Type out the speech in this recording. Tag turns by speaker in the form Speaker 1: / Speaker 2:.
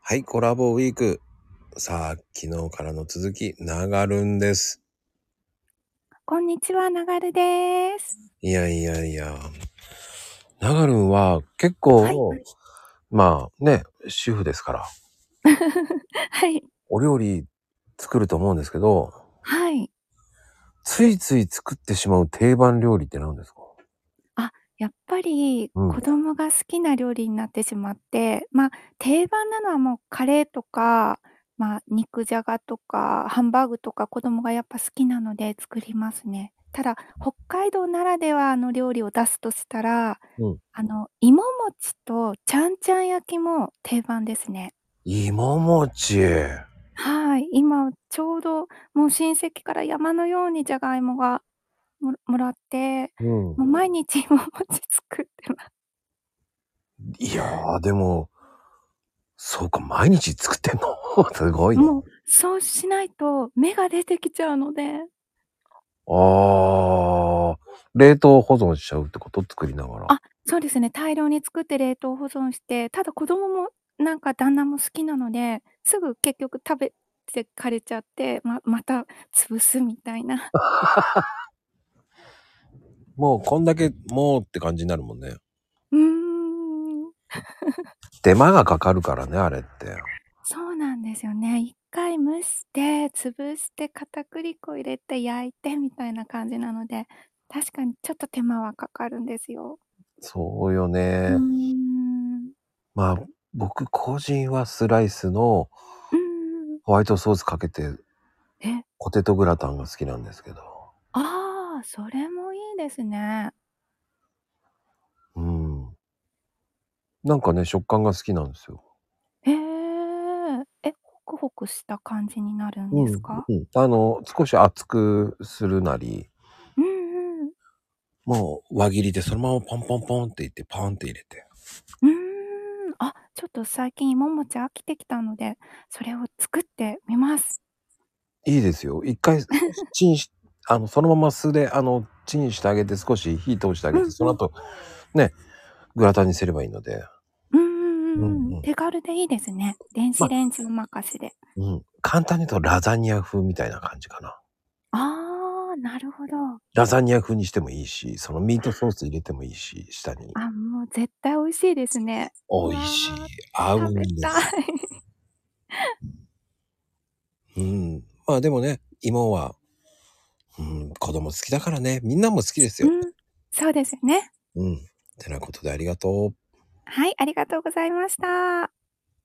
Speaker 1: はい、コラボウィーク。さあ、昨日からの続き、ながるんです。
Speaker 2: こんにちは、ながるです。
Speaker 1: いやいやいや。ながるんは結構、はい、まあね、主婦ですから。
Speaker 2: はい。
Speaker 1: お料理作ると思うんですけど。
Speaker 2: はい。
Speaker 1: ついつい作ってしまう定番料理って何ですか
Speaker 2: やっぱり子供が好きな料理になってしまって、うん、まあ定番なのはもうカレーとか、まあ、肉じゃがとかハンバーグとか子供がやっぱ好きなので作りますね。ただ北海道ならではの料理を出すとしたら、
Speaker 1: うん、
Speaker 2: あの芋餅とちゃんちゃん焼きも定番ですね。
Speaker 1: 芋餅
Speaker 2: はい今ちょうどもう親戚から山のようにじゃがいもがももらって、
Speaker 1: うん、もう
Speaker 2: 毎日芋餅作ってます
Speaker 1: いやでもそうか毎日作ってんの すごいね
Speaker 2: もうそうしないと芽が出てきちゃうので
Speaker 1: ああ冷凍保存しちゃうってこと作りながら
Speaker 2: あそうですね大量に作って冷凍保存してただ子供もなんか旦那も好きなのですぐ結局食べて枯れちゃってままた潰すみたいな
Speaker 1: もうこんだけもうって感じになるもんね。
Speaker 2: うん。
Speaker 1: 手間がかかるからね、あれって。
Speaker 2: そうなんですよね。一回蒸して、潰して、片栗粉入れて、焼いてみたいな感じなので、確かにちょっと手間はかかるんですよ。
Speaker 1: そうよね。まあ、僕個人はスライスのホワイトソースかけて、ポテトグラタンが好きなんですけど。
Speaker 2: ああ、それもいいですね。
Speaker 1: うん。なんかね、食感が好きなんですよ。
Speaker 2: へえー、え、ホクホクした感じになるんですか、
Speaker 1: うんうん、あの、少し厚くするなり、
Speaker 2: うんうん、
Speaker 1: もう輪切りでそのままポンポンポンっていって、パンって入れて。
Speaker 2: うん、あ、ちょっと最近芋餅飽きてきたので、それを作ってみます。
Speaker 1: いいですよ。一回、チンして、 あのそのまま酢であのチンしてあげて少し火通してあげて、うん、その後ねグラタンにすればいいので
Speaker 2: うんうんうん手軽でいいですね電子レンジお任せで、
Speaker 1: ま、うん簡単に言うとラザニア風みたいな感じかな
Speaker 2: あーなるほど
Speaker 1: ラザニア風にしてもいいしそのミートソース入れてもいいし下に
Speaker 2: あもう絶対美味しいですね
Speaker 1: 美味しい合うんですうんまあでもね芋はうん、子供好きだからね。みんなも好きですよ。うん、
Speaker 2: そうですね。
Speaker 1: うん。てなことでありがとう。
Speaker 2: はい、ありがとうございました。